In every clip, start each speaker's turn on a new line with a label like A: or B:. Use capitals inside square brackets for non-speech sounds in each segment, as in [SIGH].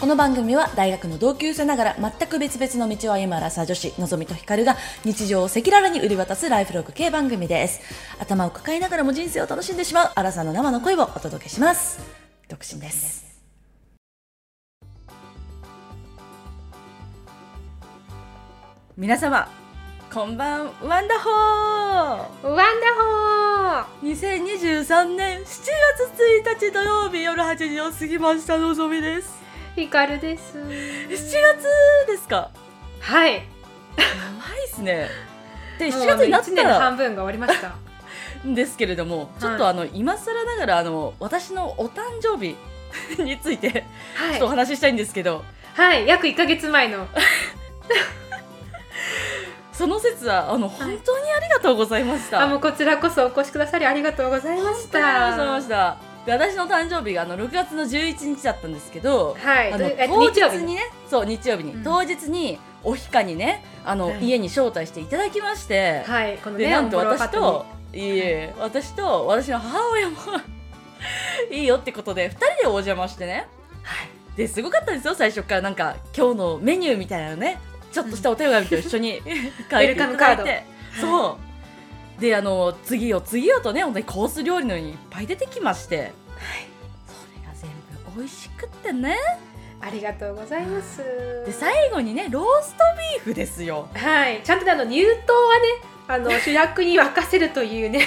A: この番組は大学の同級生ながら全く別々の道を歩むアラサー女子のぞみとひかるが日常を赤裸々に売り渡すライフログ系番組です頭を抱えながらも人生を楽しんでしまうアラサーの生の声をお届けします独身です皆様こんばんワンダホー
B: ワンダホ
A: 2023年7月1日土曜日夜8時を過ぎましたのぞみです
B: ーヒカルです
A: 7月ですか
B: はい
A: やばいですねで
B: もう
A: 7月になっ
B: 一年の
A: た
B: 半分が終わりま
A: [LAUGHS]
B: した
A: んですけれどもちょっとあの今更ながらあの私のお誕生日 [LAUGHS] についてちょっとお
B: は
A: 話ししたいんですけど
B: い、はい、約一ヶ月前の
A: その説はあの本当にありがとうございました
B: あもうこちらこそお越しくださりありがとうございまし
A: 本当にありがとうござい
B: た
A: ましたで私の誕生日があの6月の11日だったんですけど、
B: はい
A: あ
B: と
A: の
B: いうえ
A: 当
B: 日曜
A: 日
B: 日
A: にねそう日曜日に、
B: うん
A: 当日におひかにねあの、
B: はい
A: 家に招待していただきまして、
B: はいこの
A: で
B: ね
A: なんと
B: オンボロ
A: 私
B: ハッ
A: と
B: ト
A: いえいえ私と私の母親も [LAUGHS] いいよってことで2人でお邪魔してね
B: にはい
A: ですごかったんですよ最初からなんか今日のメニューみたいなのねちょっとしたお手紙と一緒に書いていただい
B: ウェ
A: てそうであの次を次をとね本当にコース料理のようにいっぱい出てきまして、はい、それが全部美味しくってね
B: ありがとうございます
A: で最後にねローストビーフですよ
B: はいちゃんとねあの入刀はね
A: [LAUGHS]
B: あの主役に任せるというね、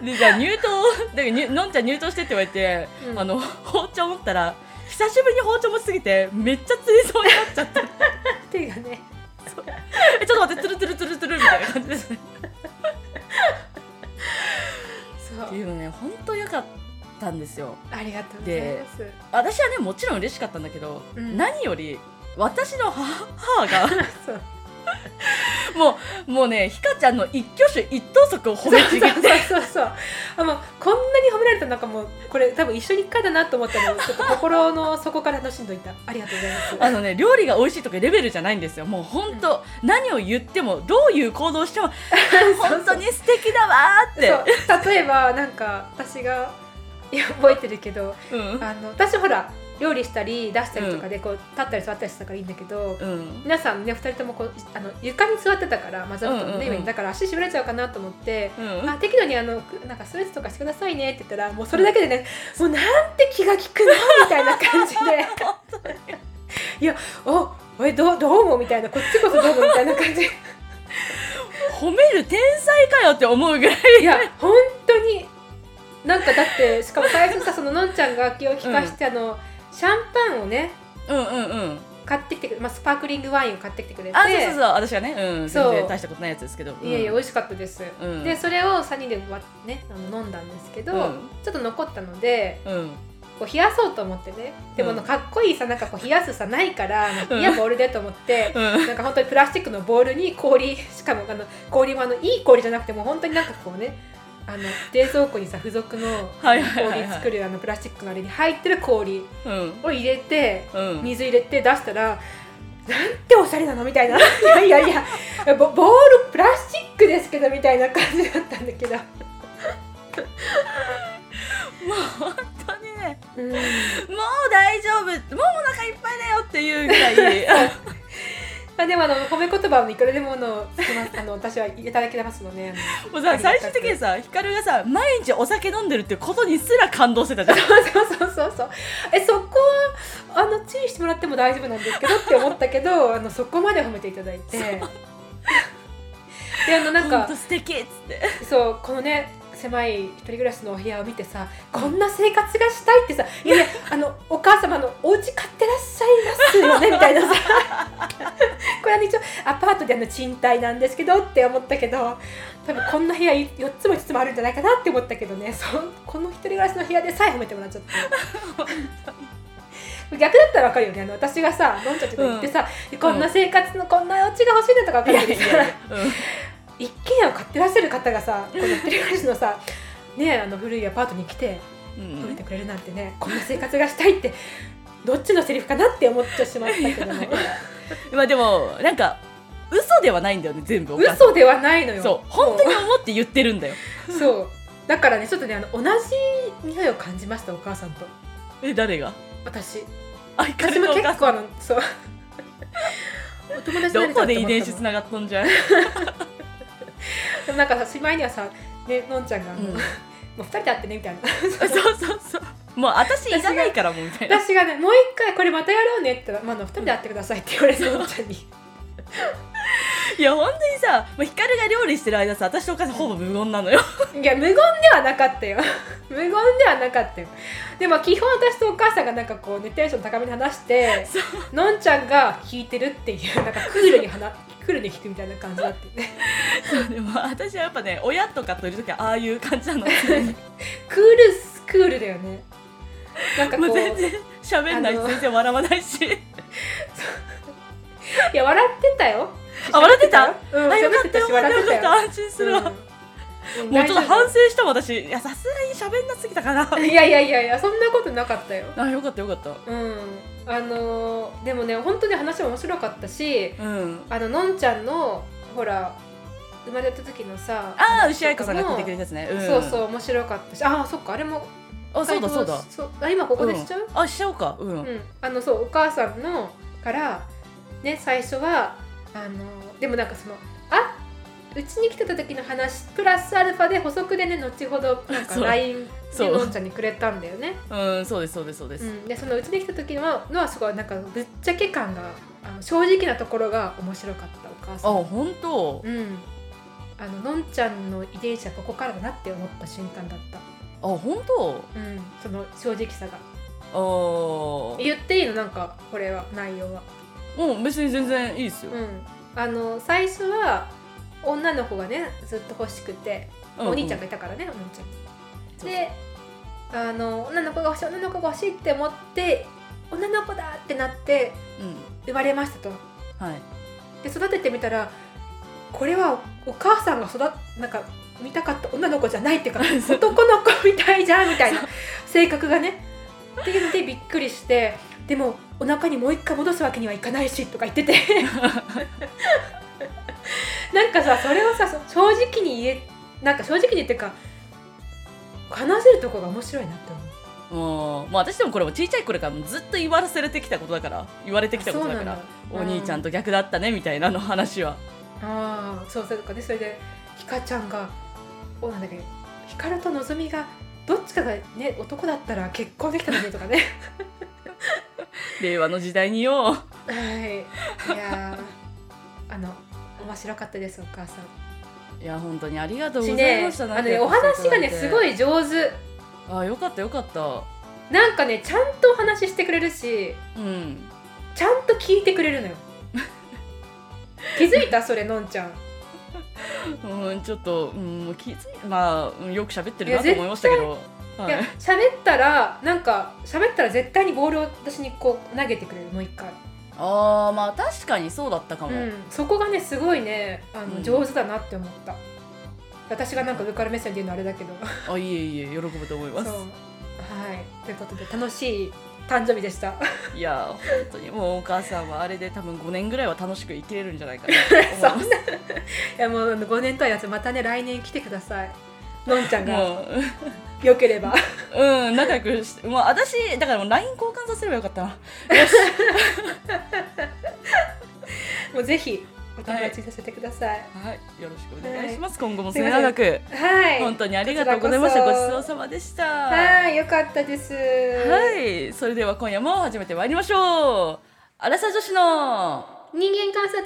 A: でじゃあ入刀でにのんちゃん入刀してって言われて
B: うん
A: あの包丁持ったら久しぶりに包丁持ちすぎてめっちゃ釣りそうになっちゃって [LAUGHS]
B: 手がね
A: えちょっと待ってつるつるつるつるみたいな感じですね
B: そ
A: っていううのね本当良かったんですよ
B: ありがとうございます
A: 私はねもちろん嬉しかったんだけど、
B: うん
A: 何より私の母母が
B: [LAUGHS]
A: [LAUGHS]
B: そう
A: もうもうねひかちゃんの一挙手一投足を褒めちぎって
B: そうそうそうあもうこんなに褒められたなんかもうこれ多分一緒に一回だなと思ったのちょっと心の底から楽しんどいたありがとうございま
A: あ
B: す
A: のね料理が美味しいとかレベルじゃないんですよもう本当、何を言ってもどういう行動をしても本当に素敵だわーって
B: そう例えばなんか私がいや覚えてるけど
A: うん
B: あの私ほら料理したり出したりとかでこう立ったり座ったりしてたからいいんだけど、
A: うん
B: 皆さんね2人ともこうあの床に座ってたからマザーと
A: うんうんう
B: の
A: ん
B: ね、上にだから足しびれちゃうかなと思って、
A: うん
B: あ適度にあのくなんかストレッチとかしてくださいねって言ったらもうそれだけでね、もうなんて気が利くのみたいな
A: [LAUGHS]
B: 感じでいやおえどうどうもみたいなこっちこそどうもみたい
A: [LAUGHS]
B: な感じ
A: 褒める天才かよって思うぐらい
B: いや本当になんかだってしかも最初さそののんちゃんが気を利かして、あのシャンパンをね
A: うんうんうん
B: 買ってきてくれ、まあ、スパークリングワインを買ってきてくれて
A: あそうそうそう私はね、うん、
B: そう
A: 全然大したことないやつですけど、うん、
B: いやいや美味しかったです、
A: うん
B: でそれを3人でわ、ね、あの飲んだんですけど、
A: うん
B: ちょっと残ったので
A: うん
B: こう冷やそうと思ってねでもあの
A: うん
B: かっこいいさなんかこう冷やすさないから
A: うん
B: いやボールでと思って、
A: うん
B: なんか本当にプラスチックのボールに氷しかもあの氷もあのいい氷じゃなくてもう本当になんかこうねあの冷蔵庫にさ付属の
A: はいはいはいはい
B: 氷作るあのプラスチックのあれに入ってる氷
A: うん
B: を入れて
A: うん
B: 水入れて出したらなんておしゃれなのみたいな [LAUGHS] いやいやいやボボールプラスチックですけどみたいな感じだったんだけど、
A: もう本当にね
B: うん、
A: もう大丈夫もうお腹いっぱいだよっていうぐらい
B: あでもあの褒め言葉をいくらでもあのつけますあの私はいただけますのねあの
A: [LAUGHS] もう
B: あ
A: さ
B: りが
A: 最終
B: たく
A: 的にさヒカルがさ毎日お酒飲んでるってことにすら感動してたじゃん
B: そうそうそうそうえそこはあの注意してもらっても大丈夫なんですけどって思ったけどあのそこまで褒めていただいてであのなん
A: 本
B: か
A: 当素敵っつって
B: [LAUGHS] そうこのね狭い一人暮らしのお部屋を見てさこんな生活がしたいってさ「いやいやあのお母様のお家買ってらっしゃいますよね」みたいなさ [LAUGHS] これは、ね、一応アパートであの賃貸なんですけどって思ったけど多分こんな部屋4つも5つもあるんじゃないかなって思ったけどねそうこの一人暮らしの部屋でさえ褒めても [LAUGHS] らっちゃった。逆だったらわかるよねあの私がさのんちゃんとか行ってさ、こんな生活のこんなお家が欲しいんだとかわか
A: い
B: る
A: や
B: け
A: い
B: どさ
A: やいや、うん
B: 一軒家を買ってらっしゃる方がさこの一人暮らしの
A: [LAUGHS]
B: さねえあの古いアパートに来て
A: うん
B: 褒めてくれるなんてね、こんな生活がしたいってどっちのセリフかなって思っちゃしまった
A: [LAUGHS]
B: けども
A: まあでもなんか嘘ではないんだよね全部お母さん
B: 嘘ではないのよ
A: そう本当に思って言ってるんだよ
B: にそうだからねちょっとねあの同じ匂いを感じましたお母さんと
A: え誰が
B: 私
A: あヒカ
B: 私
A: ルの
B: も
A: お母
B: 結
A: さ
B: 構あの
A: [LAUGHS]
B: そうお
A: ん
B: 友達に
A: ど
B: なれちゃうと思ったもん
A: こで遺伝子つながっとんじゃん、
B: でもなんかさしまいにはさねのんちゃんがあの、もう二人で会ってねみたいな
A: そうそうそうもう私いらないからもうみたいな
B: 私がねもう一回これまたやろうねって言ったら「まああの、二人で会ってください」って言われてのんちゃんに
A: いや本当にさもうヒカルが料理してる間さ私とお母さんほぼ無言なのよ
B: いや無言ではなかったよ [LAUGHS] 無言ではなかったよでも基本私とお母さんがなんかこうねテンション高めに話してのんちゃんが弾いてるっ
A: [LAUGHS]
B: ていうなんかクールに話クールに弾くみたいな感じだったよね [LAUGHS]
A: でも私はやっぱね親とかといる時はああいう感じなの
B: クールスクールだよねなんかこ
A: もう
B: う
A: 全然喋んないし
B: あの
A: 全然笑わないし
B: いや笑ってたよ
A: あ笑ってた
B: 喋てたようん
A: あよ
B: 喋っ
A: かってたよ
B: た
A: かった
B: し笑っ
A: よ
B: てた
A: か
B: よ
A: った安心するわ、
B: うん
A: もうちょっと
B: 大
A: 反省したもん私いやさすがに喋んなすぎたから
B: 丈夫いやいやいやいやそんなことなかったよ
A: あよかったよかった
B: うんあのーでもね本当に話も面白かったし
A: うん
B: あののんちゃんのほら生まれた時のさ
A: ああ牛愛子さんが聞いてくれたやつね、ん、
B: そうそう面白かったしああそっかあれも
A: あそうだそうだ
B: あ今ここでしちゃう、
A: あしちゃおうかうん、
B: うんあのそうお母さんのからね最初はあのでもなんかそのあうちに来てた時の話プラスアルファで補足でね後ほどなんか
A: そう
B: LINE
A: そ
B: で
A: う
B: のんちゃんにくれたんだよね
A: うん、そうですそうですそうです、
B: うん、でそのうちに来た時はのはすごいなんかぶっちゃけ感があの正直なところが面白かったお母さん
A: あ本当、
B: うんあののんちゃんの遺伝子はここからだなって思った瞬間だった
A: あ本当
B: うんその正直さが
A: あ
B: 言っていいのなんかこれは内容は
A: あもうん別に全然いいですよ
B: う、んあの最初は女の子がねずっと欲しくて、
A: う
B: お兄ちゃん
A: が
B: がいたからねお兄ちゃん
A: そう
B: であの女の子が欲しい女の子が欲しいって思って女の子だってなって
A: うん
B: 生まれましたと
A: はい
B: で育ててみたらこれはお母さんが育っなんか見たかった女の子じゃないっ
A: [LAUGHS]
B: ていうか男の子みたいじゃんみたいな性格がね。っていうのでびっくりしてでもお腹にもう一回戻すわけにはいかないしとか言ってて
A: [LAUGHS]
B: なんかさそれをさそ正直に言えなんか正直にっていうか話せるとこが面白いなって思
A: も
B: う。
A: うまあ私でもこれも小さい頃からずっと言わせれてきたことだから言われてきたことだから
B: そ
A: お
B: うなんだ
A: 兄ちゃんと逆だったねみたいなの話は
B: ああそうそうかねそれでひかちゃんがおなんだっけひかるとのぞみがどっちかがね男だったら結婚できたのにとかね
A: 令和の時代によ
B: はいいやーあの面白かったですお母さん
A: いや本当にありがとうご
B: し
A: ざい
B: ね
A: ました
B: あ
A: な
B: の
A: んかや
B: ね
A: っ
B: お
A: ぱ
B: 話がねすご
A: い
B: い上手
A: あよかったよかった
B: なんかねちゃんとお話ししてくれるし
A: うん
B: ちゃんと聞いてくれ
A: [LAUGHS]
B: るのよ気づいたそれのんちゃん
A: うんちょっとうんもう気づいまあうんよく喋ってる
B: いや
A: なと思いましたけどはい
B: や
A: い
B: 喋ったらなんか喋ったら絶対にボールを私にこう投げてくれるもう一回
A: あーまあ確かにそうだったかも、
B: うん、そこがねすごいねあの、
A: うん
B: 上手だなって思った私がなんか上から目線で言うのあれだけど
A: あいえいえ喜ぶと思いま
B: そう
A: す
B: はいということで楽しい誕生日でした [LAUGHS]
A: いや本当にもうお母さんはあれで多分5年ぐらいは楽しく生きれるんじゃないかなと思いま
B: いやもう5年とはやつまたね来年来てくださいのんちゃん
A: す
B: が
A: もう
B: 良ければ [LAUGHS]
A: うん仲良くしてもう私だからもう LINE 交換させればよかったな
B: もうぜひお友達にさせてください
A: はいよろしくお願いします、今後も末永
B: す
A: く
B: はい
A: 本当にありがとうございました
B: こ
A: ご
B: ち
A: ち
B: らこそ
A: そうさまでした
B: はいよかったです
A: はいそれでは今夜も始めてまいりましょうアラサ女子の
B: 人間観察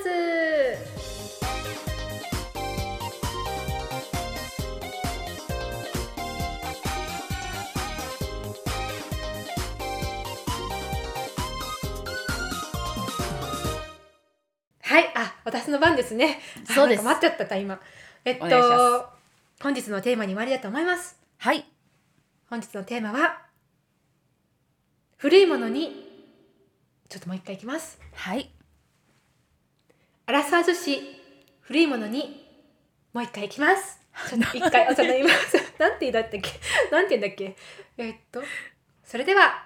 B: はいあ私の番ですねあ
A: そうです
B: なんか待っちゃった今えっ
A: お願いしま
B: と本日のテーマに参りだと思います
A: はい
B: 本日のテーマは古いものにちょっともう一回いきます
A: はい
B: アラサー女子古いものにもう一回行
A: [LAUGHS]
B: きます。ちょっと一回お茶飲みます。 [LAUGHS] なんて言うんだったっけ？なんて言うんだっけ？えっとそれでは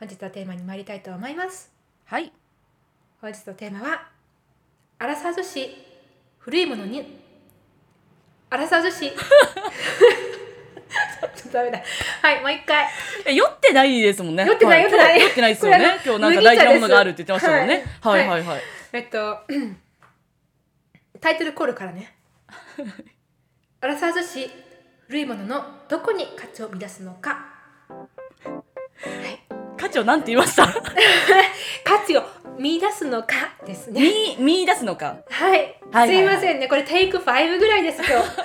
B: 本日のテーマに参りたいと思います。
A: はい
B: 本日のテーマはアラサー女子
A: [LAUGHS]
B: [LAUGHS] 古いものにアラサー女子ちょっととダメだはいもう一回
A: え酔ってないですもんね。
B: 酔ってない
A: は
B: 酔
A: 今日酔
B: ってない
A: ってないですよね。
B: これ
A: 今
B: あ
A: 日
B: の
A: なんか大事なものがあるって言ってましたもんね。は
B: 麦茶です
A: いはいはい。
B: えっとタイトルコールからねアラサー女子古いもののどこに価値を見出すのか
A: 課長なんて言いました。
B: 価値を見出すのかですね
A: 見 [LAUGHS] 見出すのか。
B: はい、
A: はいはいはい
B: すいませんねこれテイク5ぐらいです今日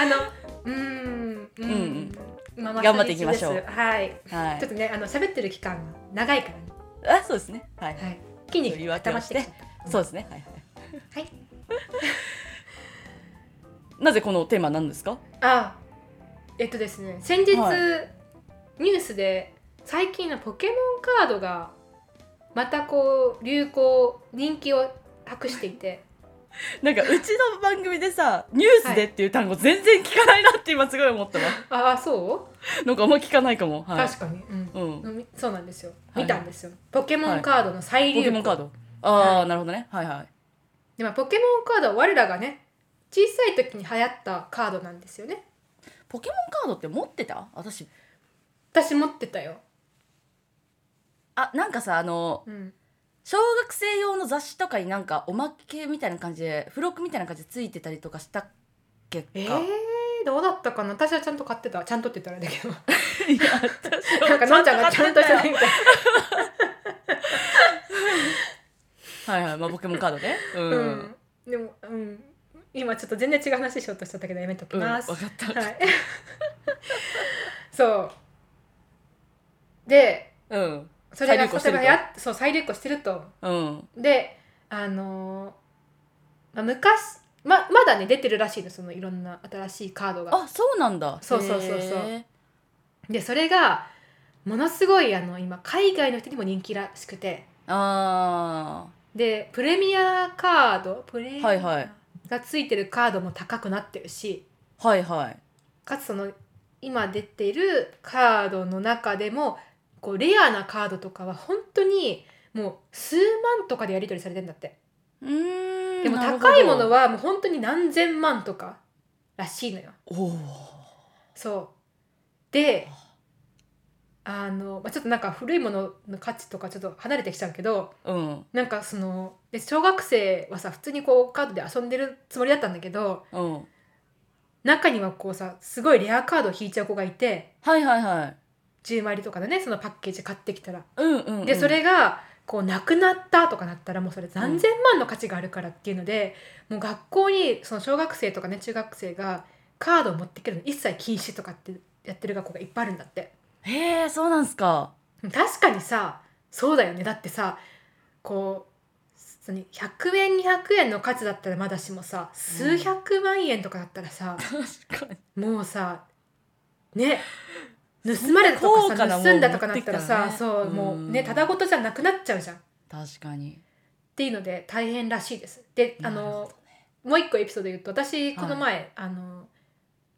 A: [LAUGHS]
B: あのうーんうーん、
A: うん
B: まあまあ
A: 頑張っていきましょう
B: 初日ですはい
A: は
B: ちょっ
A: い。
B: とねあの喋ってる期間が長いからね、
A: あそうですね。はい。
B: はい、筋
A: と
B: 肉
A: いう
B: が
A: わけ
B: 固
A: を
B: まっ
A: してて
B: きちゃっ
A: そうですね。はいはい。
B: たはい
A: なぜこのテーマなんですか。
B: あえっとですね先日、
A: はい
B: ニュースで最近のポケモンカードがまたこう流行人気を博していて
A: なんかうちの番組でさニュースでっていう単語全然聞かないなって今すごい思ったわ。
B: [LAUGHS] ああそう、
A: なんかあんま聞かないかも。はい。
B: 確かに、うん
A: うん。ポ
B: うんそうなんですよ、
A: はい
B: 見たんですよポケモンカードの再流行、
A: ケモンカード。ああなるほどね。はいはい。
B: でもポケモンカードは我らがね小さい時に流行ったカードなんですよね
A: ポケモンカードって持ってた？私
B: 私持ってたよ、
A: あなんかさあの
B: うん、
A: 小学生用の雑誌とかになんかおまけみたいな感じで付録みたいな感じでついてたりとかしたっけか、
B: えー、 [LAUGHS] どうだったかな私はちゃんと買ってたちゃんとって言ったらあれ
A: [LAUGHS]
B: だけど
A: いや私は
B: なんかのんちゃんがちゃんとしてない
A: い
B: みたい
A: はいはいまあポケモンカードねうん、う
B: な、うんん、でも、うん、今ちょっと全然違う話しようとしちゃったけどやめとき
A: わか
B: ま
A: っ
B: す、
A: た、
B: はいそうで
A: うん
B: それが
A: 再流行してると
B: 例えばやそう再流行してると
A: うん
B: であのーまあ、昔ままだね出てるらしいのそのいろんな新しいカードが
A: あそうなんだ
B: そうそうそうそう
A: へ
B: でそれがものすごいあの今海外の人にも人気らしくて
A: ーあ
B: でプレミアカードプレミ
A: はいはい
B: アがついてるカードも高くなってるし
A: ーはいはい
B: かつその今出てるカードの中でもこうレアなカードとかは本当にもう数万とかでやり取りされてんだって
A: うーん
B: でも
A: なるほど
B: 高いものはもう本当に何千万とからしいのよ
A: おー
B: そうであの、まあ、ちょっとなんか古いものの価値とかちょっと離れてきちゃうけど
A: うん
B: なんかそので小学生はさ普通にこうカードで遊んでるつもりだったんだけど
A: うん
B: 中にはこうさすごいレアカードを引いちゃう子がいて
A: はいはいはい
B: 10枚入りとかでねそのパッケージ買ってきたら。
A: うんうん、うん、
B: でそれがこうなくなったとかなったらもうそれ何千万の価値があるからっていうので、もう学校にその小学生とかね中学生がカードを持ってくるの一切禁止とかってやってる学校がいっぱいあるんだって。
A: へえそうなんす
B: [LAUGHS]
A: か
B: 確かにさそうだよねだってさこうその100円200円の価値だったらまだしもさ数百万円とかだったらさ、
A: 確かに
B: もうさね盗まれたとか
A: 高価な
B: さ
A: もん
B: 盗んだとかなったら
A: 持っ
B: さ
A: てきたら
B: そ
A: ね
B: うも
A: う
B: うんねただごとじゃなくなっちゃうじゃんっ
A: 確かに
B: ていうので大変らしいですで
A: な
B: あ
A: るほ
B: の
A: ど
B: もう一個エピソード言うと私この前、あの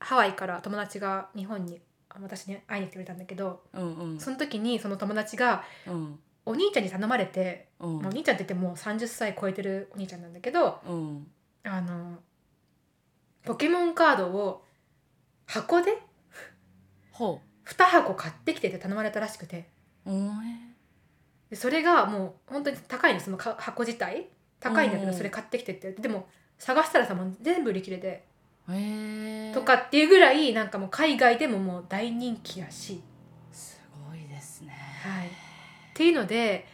B: ハワイから友達が日本にあ私に会いに来てくれたんだけど
A: うんうん
B: その時にその友達が
A: うん
B: お兄ちゃんに頼まれて
A: うん
B: もうお兄ちゃんって言ってもう30歳超えてるお兄ちゃんなんだけど
A: うん
B: あのポケモンカードを箱で
A: ほ
B: 2箱買ってきてって頼まれたらしくて
A: う。うん。
B: でそれがもう本当に高いのそのか箱自体高いんだけ
A: うんう
B: ど
A: ん
B: それ買ってきてってでも探したらさもう全部売り切れで
A: へえ。
B: とか。っていうぐらいなんかもう海外でももう大人気らしい。
A: すごいですね。
B: はい、っていうので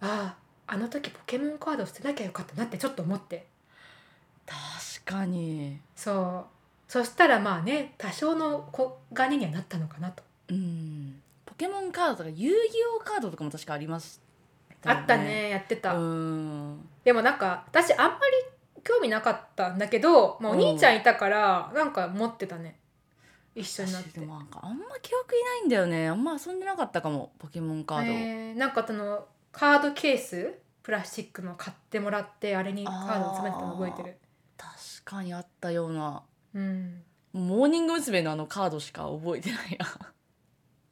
B: あああの時ポケモンカードを捨てなきゃよかったなってちょっと思って。
A: 確かに。
B: そうそしたらまあね多少の小金にはなったのかなと
A: うん。ポケモンカードとか遊戯王カードとかも確かありました
B: あ
A: よ、
B: ったねやってた、
A: うん。
B: でもなんか私あんまり興味なかったんだけど、まあ、お
A: うん
B: 兄ちゃんいたからなんか持ってたね一緒になっ
A: 私
B: て
A: でもなんかあんま記憶いないんだよね。あんま遊んでなかったかもポケモンカード。
B: えーなんかそのカードケースプラスチックの買ってもらってあれにカードを詰めてたの覚えてる
A: 確かにあったような。
B: うん
A: モーニング娘。のあのカードしか覚えてない [LAUGHS] や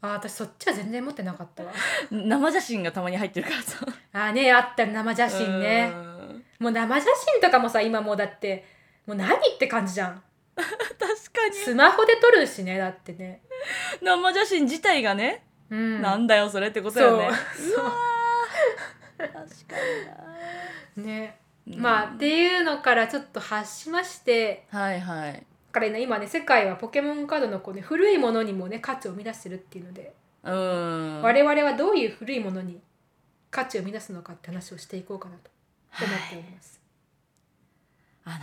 B: あー私そっちは全然持ってなかったわ
A: 生写真がたまに入ってるからさ
B: あーねあった生写真ね
A: うん
B: もう生写真とかもさ今もうだってもう何って感じじゃん
A: 確か
B: スマホで撮るしねだってね、
A: 生写真自体がね、
B: うん、
A: なんだよそれってことよね
B: そう
A: うわー確か
B: ね
A: にな
B: まあっていうのからちょっと発しまして
A: はいはい
B: だからね今ね世界はポケモンカードのこう、ね、古いものにもね価値を生み出してるっていうので、
A: うん
B: 我々はどういう古いものに価値を生み出すのかって話をしていこうかなと思っております。
A: あ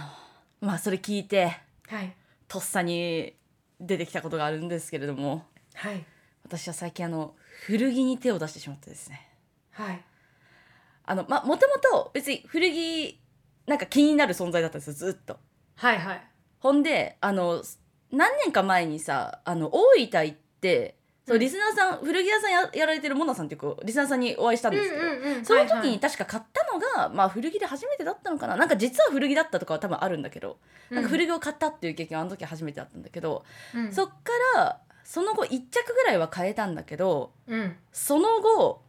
A: のまあそれ聞いて
B: はい、
A: とっさに出てきたことがあるんですけれども
B: はい、
A: 私は最近あの古着に手を出してしまってですね
B: はい、
A: あのまあもともと別に古着なんか気になる存在だったんですよずっと
B: はい、はい、
A: ほんであの何年か前にさあの大分行ってそう
B: うん
A: リスナーさん、古着屋さんややられてるモナさんっていう子リスナーさんにお会いしたんですけど、
B: うんうんうん
A: その
B: はい
A: 時
B: は
A: に
B: い
A: 確か買ったのが、まあ、古着で初めてだったのかななんか実は古着だったとかは多分あるんだけど、なんか古着を買ったっていう経験はあの時初めてだったんだけど、
B: うんうん
A: そっからその後1着ぐらいは買えたんだけど
B: うん、
A: その後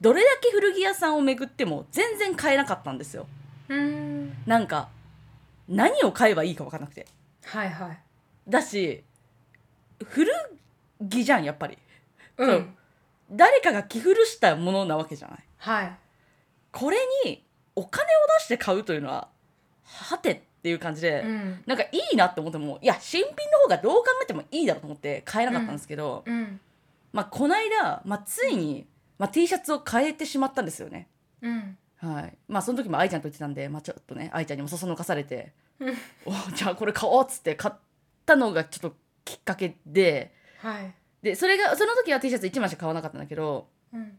A: どれだけ古着屋さんを巡っても全然買えなかったんですよ
B: うん、
A: なんか何を買えばいいか分かんなくて
B: はいはい、
A: だし古着じゃんやっぱり
B: う、
A: そうん誰かが着古したものなわけじゃない
B: はい、
A: これにお金を出して買うというのははてっていう感じで、
B: うん、
A: なんかいいなって思ってもいや新品の方がどう考えてもいいだろうと思って買えなかったんですけど、
B: うん、
A: まあこの間、まあ、ついに、まあ、T シャツを変えてしまったんですよね
B: うん、
A: はいまあその時も愛ちゃんと言ってたんで、まあ、ちょっとね愛ちゃんにもそそのかされて
B: うん
A: 「おじゃあこれ買おう」っつって買ったのがちょっときっかけで
B: はい、
A: でそれがその時は T シャツ1枚しか買わなかったんだけど
B: うん、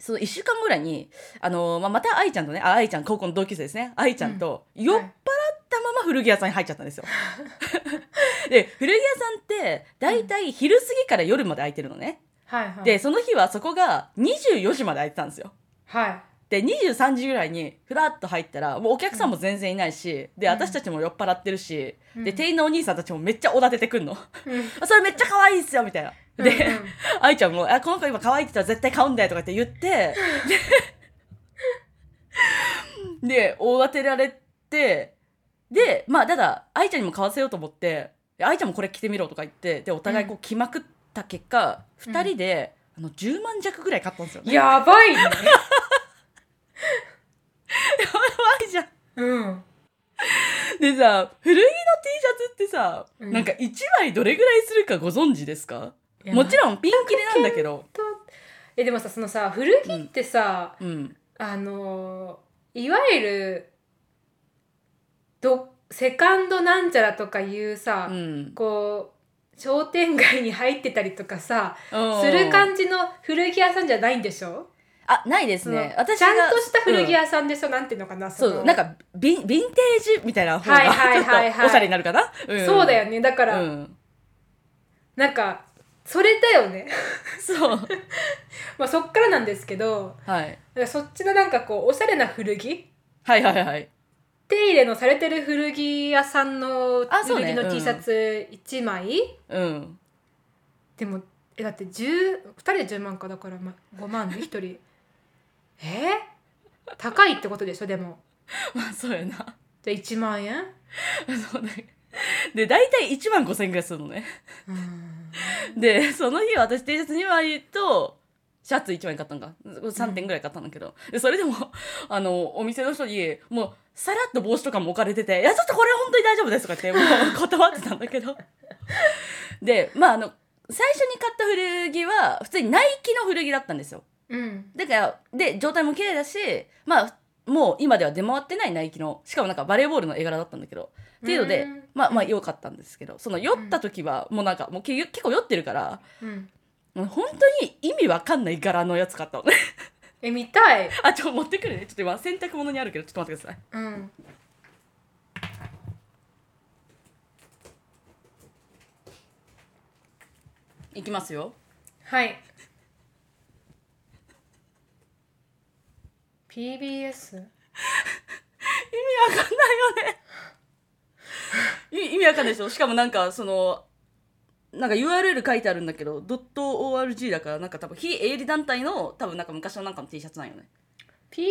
A: その1週間ぐらいに、あのーまあ、また愛ちゃんとねあ愛ちゃん高校の同級生ですね愛ちゃんと酔っ払
B: は
A: っ
B: い
A: たまま古着屋さんに入っちゃったん
B: [LAUGHS]
A: ですよ。で古着屋さんって大体昼過ぎから夜まで空いてるのね。
B: はい、はい、
A: で、その日はそこが24時まで空いてたんですよ。
B: はい、
A: で23時ぐらいにふらっと入ったらもうお客さんも全然いないし、で
B: うん
A: 私たちも酔っ払ってるし、
B: うん
A: で店員のお兄さんたちもめっちゃおだててくんの [LAUGHS]
B: うん、
A: それめっちゃ可愛いっすよみたいな。で、
B: うんうん
A: 愛ちゃんも「あこの子今可愛いって言ったら絶対買うんだよ」とかって言ってで [LAUGHS] で大当てられてでまあただ愛ちゃんにも買わせようと思ってで愛ちゃんもこれ着てみろとか言ってでお互いこう着まくった結果、
B: うん
A: 2人であの10万弱ぐらい買ったんですよ、ね。
B: [LAUGHS] やばいね。
A: 愛ちゃん
B: うん。
A: [LAUGHS] でさ古着の T シャツってさ、
B: うん
A: なんか1枚どれぐらいするかご存知ですかもち
B: ん。
A: ろんピンキリなんだけど、
B: えでもさそのさ古着ってさ、
A: うん、
B: あのーいわゆるどセカンドなんちゃらとかいう
A: う
B: さ、
A: ん、
B: こう商店街に入ってたりとかさ、
A: うん
B: する感じの古着屋さんじゃないんでしょ？
A: あないです
B: その
A: ね私
B: ち
A: が
B: ゃんとした古
A: う
B: 着
A: ん
B: 屋さんでしょ、なんていうのかな
A: そう
B: の
A: なんかビンヴィンテージみたいな方が
B: は
A: ち
B: い
A: ょ
B: はいはいは
A: っと
B: い
A: おしゃれになるかな、ん
B: そうだよねだか
A: う
B: ら、
A: ん、
B: なんかそれだよね [LAUGHS]
A: そう
B: まあそっからなんですけど
A: はい
B: なんかそっちのなんかこうおしゃれな古着
A: はいはいはい
B: 手入れのされてる古着屋さんの
A: あそう
B: 古着
A: ね
B: の T シャツ1枚、
A: うん
B: でもえだって10 2人で10万かだから、ま、5万で1人 [LAUGHS] えー高いってことでしょでも
A: まあそうやな [LAUGHS]
B: じゃあ1万円
A: そうだねで大体1万5,000円ぐらいするのね
B: うーん
A: で [LAUGHS] その日は私 T シャツ2枚とシャツ1枚買ったんか3点ぐらい買ったんだけど、でそれでも [LAUGHS] あのお店の人にもうさらっと帽子とかも置かれてて「いやちょっとこれ本当に大丈夫です」とか言ってもう [LAUGHS] 断ってたんだけどでまああの最初に買った古着は普通にナイキの古着だったんですよ
B: うん
A: だからで状態も綺麗だしまあもう今では出回ってないナイキのしかもなんかバレーボールの絵柄だったんだけどっていうので
B: うん
A: まあまあ良かったんですけどその酔った時はもうなんかもうけ結構酔ってるから
B: うん
A: 本当に意味わかんない柄のやつ買ったの
B: え見たい
A: あちょ持ってくるねちょっと今洗濯物にあるけどちょっと待ってください
B: うん
A: いきますよ
B: はい PBS
A: 意味わかんないよねい意味わかんないでしょしかもなんかそのなんか URL 書いてあるんだけど .org だからなんか多分非営利団体の多分なんか昔のなんかの T シャツなんよね
B: PBS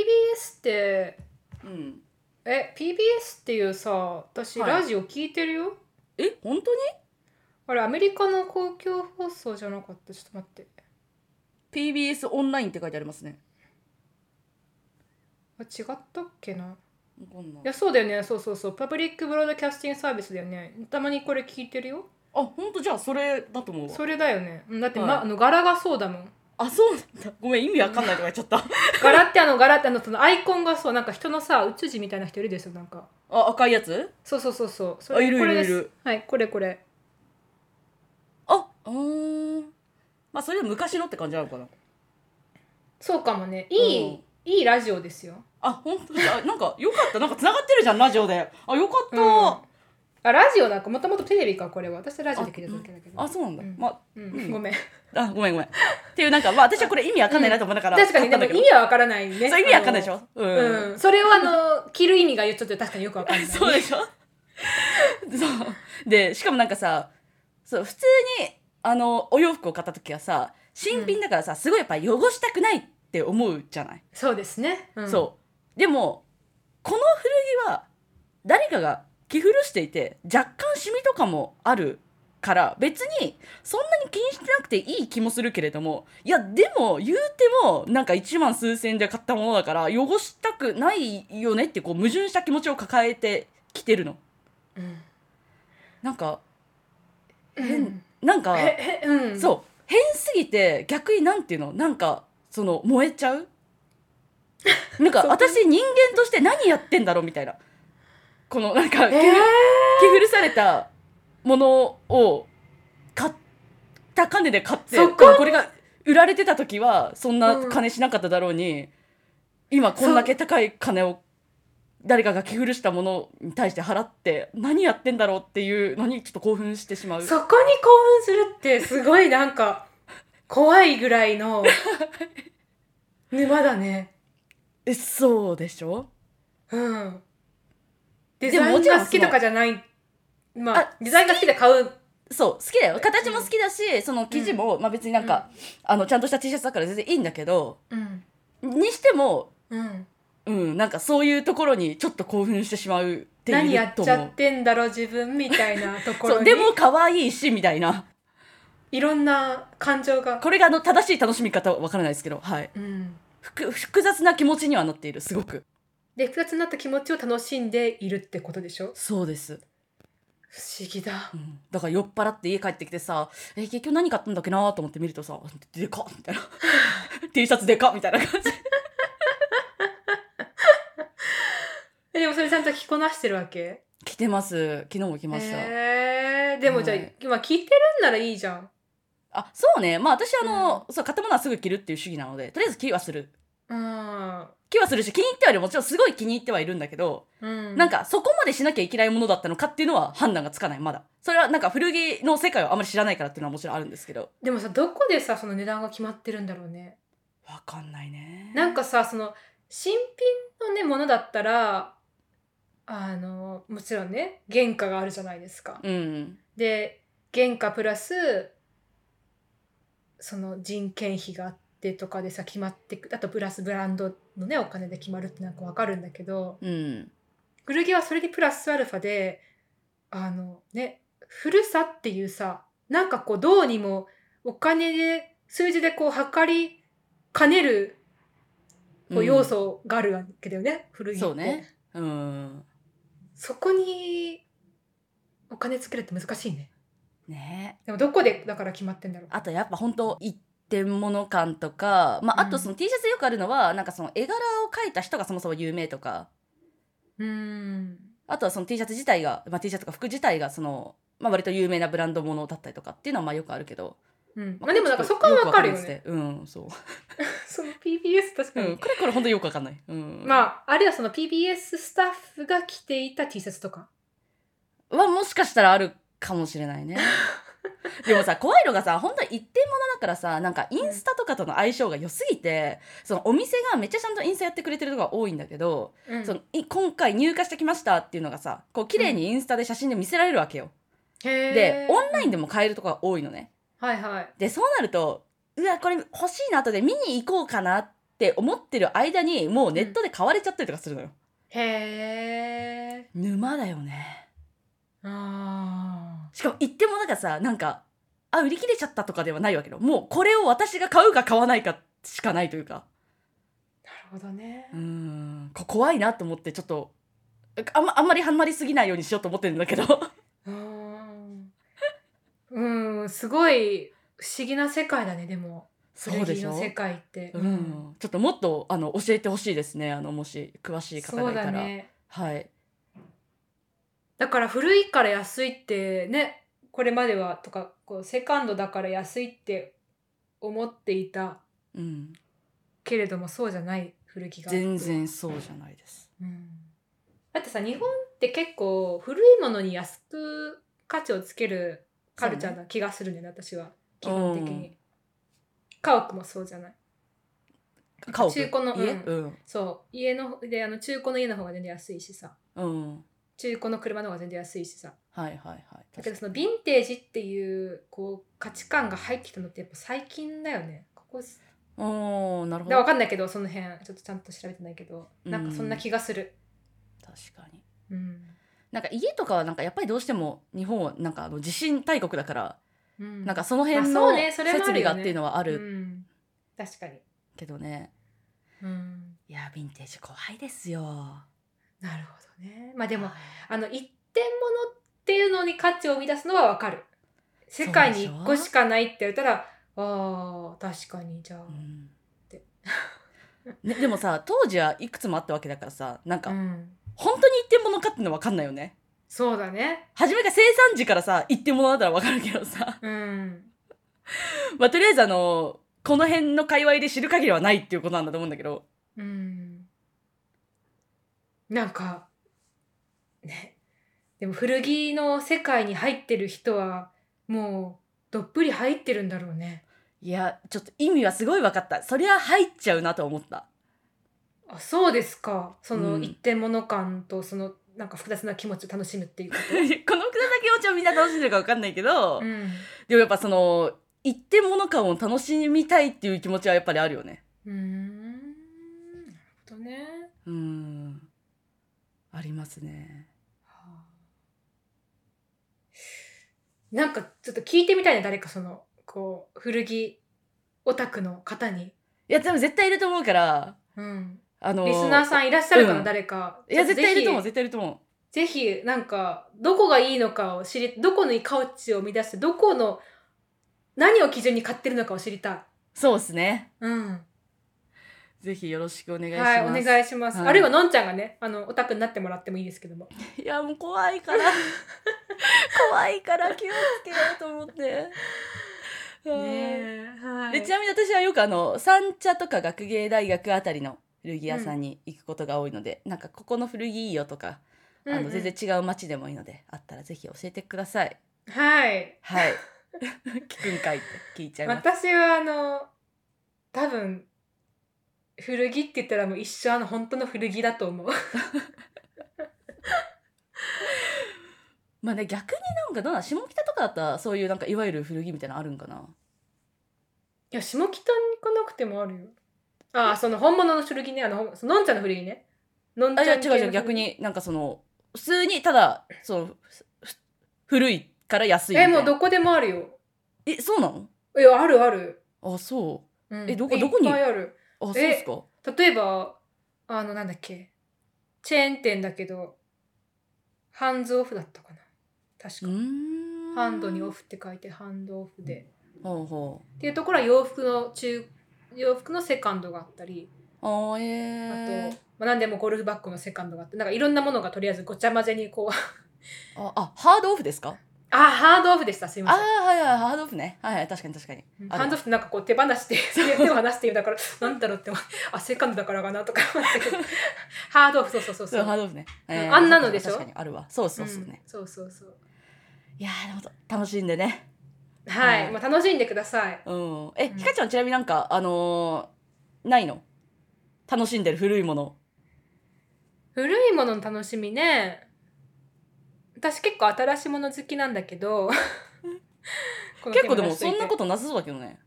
B: って
A: うん
B: え PBS っていうさ私、
A: はい
B: ラジオ聞いてるよ
A: え本当に
B: あれアメリカの公共放送じゃなかったちょっと待って
A: ?PBS オンラインって書いてありますね。
B: あ違ったっけな
A: わかんない
B: いやそうだよねそうそうそうパブリックブロードキャスティングサービスだよねたまにこれ聞いてるよ
A: あ本当じゃあそれだと思うわ。
B: それだよねうんだって、
A: はい
B: ま、あの柄がそうだもん
A: あそうなんだ。ごめん意味わかんないとか言っちゃった。
B: 柄ってあの柄ってあのそのアイコンがそうなんか人のさ宇宙人みたいな人いるですよなんか
A: あ赤いやつ？
B: そうそうそうそうそ
A: あいるいる
B: これです
A: いる
B: はいこれこれ
A: あうーん。まあそれで昔のって感じなのかな。
B: そうかもねいい、いいラジオですよ
A: あ本当だ。あなんかよかったなんか繋がってるじゃんラジオで。あよかった。
B: うんあラジオなんかもともとテレビかこれは私はラジオで聞いただけだけど
A: あそうなんだ。
B: うん
A: まあ
B: う
A: うん
B: ん、ごめん
A: あごめんごめん。っていうなんかまあ私はこれ意味わかんないなと思ったから。
B: 確かに
A: 買
B: で
A: った
B: も
A: んだけど
B: 意味はわからないね
A: そう意味わかんないでし
B: ょ
A: ょ。う。
B: うんん、それをあの着る意味がちょっと確かによくわかんな
A: [LAUGHS]
B: い
A: そうでしょそうでしかもなんかさそう普通にあのお洋服を買った時はさ新品だからさ、すごいやっぱ汚したくないって思うじゃない、
B: そうですね、うん、
A: そうでもこの古着は誰かが着古していて若干シミとかもあるから別にそんなに気にしてなくていい気もするけれどもいやでも言うてもなんか1万数千円で買ったものだから汚したくないよねってこう矛盾した気持ちを抱えてきてるの。
B: うん、
A: なんか
B: 変
A: なんか
B: ええうん
A: そう変すぎて逆になんていうのなんかその燃えちゃ
B: [LAUGHS]
A: うなんか
B: そう
A: 私人間として何やってんだろうみたいなこのなんか着
B: えー
A: 古着古されたものを買った金で買って
B: そこ
A: これが売られてた時はそんな金しなかっただろうに、今こんだけ高い金を誰かが着古したものに対して払って何やってんだろうっていうのにちょっと興奮してしまう。
B: そこに興奮するってすごいなんか怖いぐらい
A: [LAUGHS]
B: の沼だね
A: えそうでしょ
B: うんデ
A: でも
B: ザイ
A: も
B: ン
A: ちろん
B: が好きとかじゃないまあ
A: あ
B: デザインが好きで買う
A: そう好きだよ形も好きだし、その生地も、まあ、別になんか、あのちゃんとした T シャツだから全然いいんだけど
B: うん
A: にしても、
B: うん
A: うん、なんかそういうところにちょっと興奮してしまうって
B: 何
A: い
B: や
A: う
B: っ
A: と
B: ちゃ
A: 思う
B: っ。てんだろう自分みたいなところ
A: そう
B: に
A: でも可愛いしみたいない
B: ろんな感情が、
A: これがあの正しい楽しみ方は分からないですけど、はい、
B: うん、
A: 複複雑な気持ちにはなっているすごく
B: で複雑になった気持ちを楽しんでいるってことでしょ
A: そうです、
B: 不思議だ
A: うん、だから酔っ払って家帰ってきてさ「え結局何買ったんだっけな?」と思って見るとさ「でかっ」みたいな [LAUGHS] 「T シャツでかっ」みたいな感じ
B: えでもそれちゃんと着こなしてるわけ
A: 着てます昨日も着ました、
B: へえでもじゃあ、
A: はい
B: 今聞いてるんならいいじゃん
A: あそうねまあ私あの、そう買ったものはすぐ着るっていう主義なのでとりあえず着はする
B: うん、
A: 着はするし気に入ってはいるもちろんすごい気に入ってはいるんだけど、
B: うん、
A: なんかそこまでしなきゃいけないものだったのかっていうのは判断がつかないまだそれはなんか古着の世界をあまり知らないからっていうのはもちろんあるんですけど
B: でもさどこでさその値段が決まってるんだろうね
A: わかんないね
B: なんかさその新品のねものだったらあのもちろんね原価があるじゃないですか。
A: うん
B: で原価プラスその人件費があってとかでさ決まってくあとプラスブランドのねお金で決まるってなんかわかるんだけど
A: うん
B: 古着はそれにプラスアルファであのね古さっていうさなんかこうどうにもお金で数字でこう測りかねるこう要素があるわけだよね、古着って
A: そうねうん
B: そこにお金つけるって難しいね
A: ね
B: でもどこでだから決まってんだろう
A: あとやっぱ本当一点物感とか、まあ、あとその T シャツでよくあるのは、なんかその絵柄を描いた人がそもそも有名とか
B: うーん
A: あとはその T シャツ自体が、まあ、T シャツとか服自体がその、まあ、割と有名なブランドものだったりとかっていうのはまあよくあるけど、
B: うん、
A: ま
B: まあ
A: あ、
B: でもなんかそこはわかるよね。
A: うん、そう。
B: [LAUGHS] その PBS 確か
A: う
B: に、
A: ん、これこれ本当によくわかんない。うん。
B: まああるいはその PBS スタッフが着ていた T シャツとか
A: あ、はもしかしたらあるかもしれないね。 [LAUGHS] でもさ怖いのがさ本当に一点物だからさなんかインスタとかとの相性が良すぎて、そのお店がめっちゃちゃんとインスタやってくれてるとこが多いんだけど、
B: うん
A: そのい今回入荷してきましたっていうのがさこう綺麗にインスタで写真で見せられるわけよ。で
B: で
A: オンラインで
B: も、
A: も買えるとこが多いのね。
B: はいはい
A: でそうなるとうわこれ欲しいな後で見に行こうかなって思ってる間にもうネットで買われちゃったりとかするのよ、
B: へえ
A: 沼だよね
B: うあ
A: しかも行ってもなんかさなんかあ売り切れちゃったとかではないわけよもうこれを私が買うか買わないかしかないというか
B: あなるほどね
A: うーんこ怖いなと思ってちょっとあん,、まあんまりはまりすぎないようにしようと思ってるんだけど
B: うんうんすごい不思議な世界だねでも
A: そうでしょ
B: 古着の世界って
A: うん、ちょっともっとあの教えてほしいですねあのもし詳しい方
B: そ
A: が
B: う
A: いた
B: だ
A: ら、
B: ね
A: はい
B: だから古いから安いってねこれまではとかこうセカンドだから安いって思っていた
A: うん、
B: けれどもそうじゃない古着が
A: 全、然そうじゃないです
B: うんだってさ日本って結構古いものに安く価値をつけるカルチャーな気がするんだよね私は基本的
A: う
B: に家屋もそうじゃない
A: 家屋
B: 中古の
A: 家
B: う
A: うん
B: そう家のであの中古の家の方が全然安いしさ
A: うん
B: 中古の車の方が全然安いしさ
A: はいはいはい
B: だけどそのヴィンテージっていうこう価値観が入ってきたのってやっぱ最近だよねここす
A: おーなるほ
B: だ
A: ど
B: わ
A: 確
B: かんないけどその辺ちょっとちゃんと調べてないけどなんかそんな気がする
A: かに
B: うん、
A: なんか家とかはなんかやっぱりどうしても日本はなんかあの地震大国だから、
B: うん、
A: なんかその辺
B: まあそ
A: の
B: うねそれもあ
A: 設
B: るよね
A: 備がっていうのはあ
B: う
A: る
B: ん確かに、
A: けどね、
B: うん、
A: いやヴィンテージ怖いですよ
B: なるほどねまあでも
A: はい
B: あの一点物っていうのに価値を生み出すのはわかる世界に一個しかないって言ったらあー確かにじゃあ、
A: うん
B: って
A: [LAUGHS] ね、でもさ当時はいくつもあったわけだからさなんか、
B: うん
A: 本当に一点物かっての分かんないよね
B: そうだね
A: 初めから生産時からさ一点物だったら分かるけどさ
B: うん
A: [LAUGHS] まあとりあえずあのこの辺の界隈で知る限りはないっていうことなんだと思うんだけど
B: うんなんかねでも古着の世界に入ってる人はもうどっぷり入ってるんだろうね
A: いやちょっと意味はすごい分かったそりゃ入っちゃうなと思った
B: あそうですかその
A: うん
B: 一点物感とそのなんか複雑な気持ちを楽しむっていうこ
A: [LAUGHS] この複雑な気持ちをみんな楽しんでるか分かんないけど、 [LAUGHS]
B: と、うん
A: でもやっぱその一点物感を楽しみたいっていう気持ちはやっぱりあるよね
B: うーんなるほどね。
A: うんありますね
B: なんかちょっと聞いてみたいね誰かそのこう古着オタクの方に、
A: いや多分絶対いると思うから
B: うん、
A: あの
B: リスナーさんいらっしゃるかな、
A: うん
B: 誰か
A: いや絶対いると思う
B: ぜ
A: 絶対いると思
B: ひぜひなんかどこがいいのかを知りどこの価値を生み出してどこの何を基準に買ってるのかを知りたい。
A: うそうですね
B: うん、
A: ぜひよろしくお願いします、
B: はいお願いします、
A: はい
B: あるいはのんちゃんがねあのオタクになってもらってもいいですけども
A: いやもう怖いから [LAUGHS] 怖いから気をつけようと思ってはい
B: は
A: でちなみに私はよくあの三茶とか学芸大学あたりの古着屋さんに行くことが多いので、なんかここの古着いいよとか、あの全然違う街でもいいのであったらぜひ教えてください
B: はい
A: [LAUGHS] はい聞くんかいって聞いちゃいます、
B: 私はあの多分古着って言ったらもう一生あの本当の古着だと思う
A: まあね逆になんかどうなん下北とかだったらそういうなんかいわゆる古着みたいなのあるんかない
B: や下北に行かなくてもあるよああその本物の古着ねあのほんそののんちゃんの古着ねのんち
A: あいや
B: ゃん
A: 違
B: 系
A: う
B: の
A: 違う逆になんかその普通にただそのふふ古いから安いみた
B: え
A: いな
B: もうどこでもあるよ
A: えそうなの
B: いやあるある、
A: あそ
B: うん
A: えどこどこに
B: いっぱいある
A: うあそう
B: え
A: ですか
B: 例えばあのなんだっけチェーン店だけどハンズオフだったかな確
A: う
B: か、
A: ーん
B: ハンドにオフって書いてハンドオフで
A: ほうほう
B: っていうところは洋服の中洋服のセカンドがあったり
A: あー
B: あと、
A: えー、
B: まあ、何でもゴルフバッグのセカンドがあってなんかいろんなものがとりあえずごちゃ混ぜにこう
A: ああハードオフですか
B: あハードオフでしたすい
A: あ
B: ま
A: あ
B: せん
A: ーはいはいハードオフねはいはい確かに確かに
B: うん
A: ある
B: ハンドオフってなんかこう手放して
A: [LAUGHS]
B: 手を離してだからなんだろうって思うあセカンドだからかなとか
A: [LAUGHS]
B: 思ったけどハードオフそうそうそう
A: そ
B: そう
A: うハー
B: う
A: ドオフね、
B: ん
A: えー
B: あんなのでしょ
A: 確かにあるわそうそうそうね
B: ん、そうそうそう
A: いやーでも楽しんでね
B: はい、
A: はい
B: まあ、楽しんでください
A: うんえ、
B: うん
A: ひかちゃんちなみになんかあのーないの楽しんでる古いもの
B: 古いものの楽しみね私結構新しいもの好きなんだけど
A: [LAUGHS] 結構でもそんなこととなさそうだけどね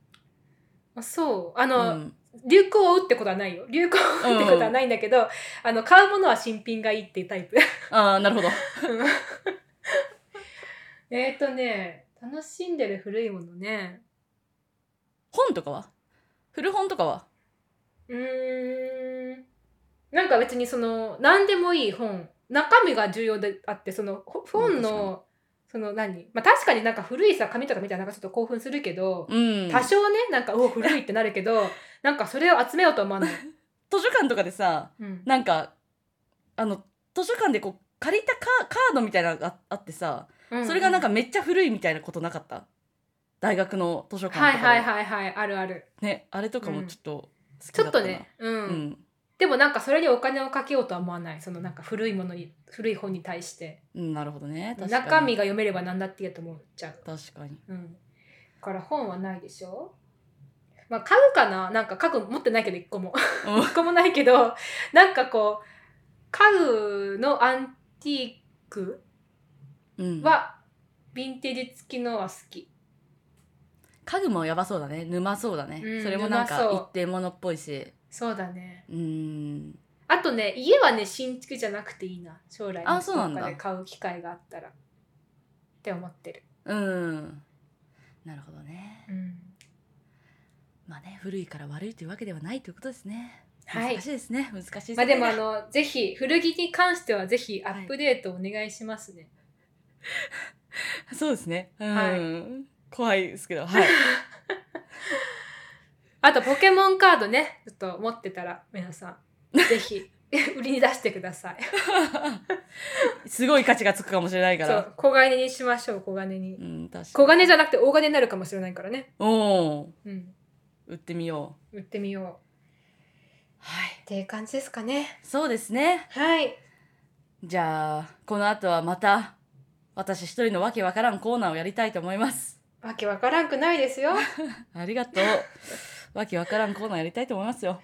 B: あそうあ
A: う
B: の、
A: ん
B: 流行を追うってことはないよ流行を追うってことはないんだけど、あの買うものは新品がいいっていうタイプ
A: ああなるほど
B: [LAUGHS] えっ、ー、とね楽しんでる古いものね
A: 本とかは古本とかは
B: うーんなんか別にその何でもいい本中身が重要であってそのほ本のその何まあ確かになんか古いさ紙とか見たらなんかちょっと興奮するけど、
A: うん
B: 多少ねなんかお古いってなるけど [LAUGHS] なんかそれを集めようとは思わない、
A: 図書館とかでさ
B: うん、
A: なんかあの図書館でこう借りたカカードみたいなのがああってさそれがなんかめっちゃ古いみたいなことなかった大学の図書
B: うんは
A: 館
B: い
A: とかで、
B: はいはいはいあるある
A: ねあれとかもちょっと好き
B: ち
A: だ
B: ょっ
A: った
B: と
A: な
B: ねうん、
A: うん
B: でもなんかそれにお金をかけようとは思わないそのなんか古いものに古い本に対して
A: うん、なるほどね確かに
B: 中身が読めれば何だっていいと思っちゃう
A: 確かに
B: うん、だから本はないでしょまあ家具かななんか家具持ってないけど一個も [LAUGHS]
A: うん
B: 一個もないけどなんかこう家具のアンティーク
A: うん、
B: はヴィンテージ付きのは好き
A: 家具もやばそうだね沼そうだね、
B: うん
A: それもなんか
B: 沼そう
A: 一定ものっぽいし
B: そうだね
A: うん
B: あとね家はね新築じゃなくていいな将来
A: あそうなんだ
B: どっかで買う機会があったらって思ってる、
A: うんなるほどね
B: うん、
A: まあね古いから悪いというわけではないということですね
B: はい
A: 難しいですね難しいですね
B: まあでもあのぜひ古着に関してはぜひアップデートお願いしますね、
A: [LAUGHS] そうですねうん、
B: はい
A: 怖いですけど
B: [LAUGHS]
A: はい
B: あとポケモンカードね、ちょっと持ってたら皆さん、ぜひ [LAUGHS] 売りに出してください。
A: すごい価値がつくかもしれないか
B: そ
A: ら
B: う、小金にしましょう、小金に。
A: うん確か
B: 小
A: に
B: 金じゃなくて大金になるかもしれないからね。
A: おー
B: うん、
A: 売ってみよう
B: 売ってみよ
A: は
B: う。
A: い
B: っていう感じですかね。
A: そうですね
B: はい。
A: じゃあこの後はまた私一人のわけわからんコーナーをやりたいと思います
B: わけわからんくないですよ。
A: ありが
B: [LAUGHS]
A: とう。わけわからんコーナーやりたいと思いますよ。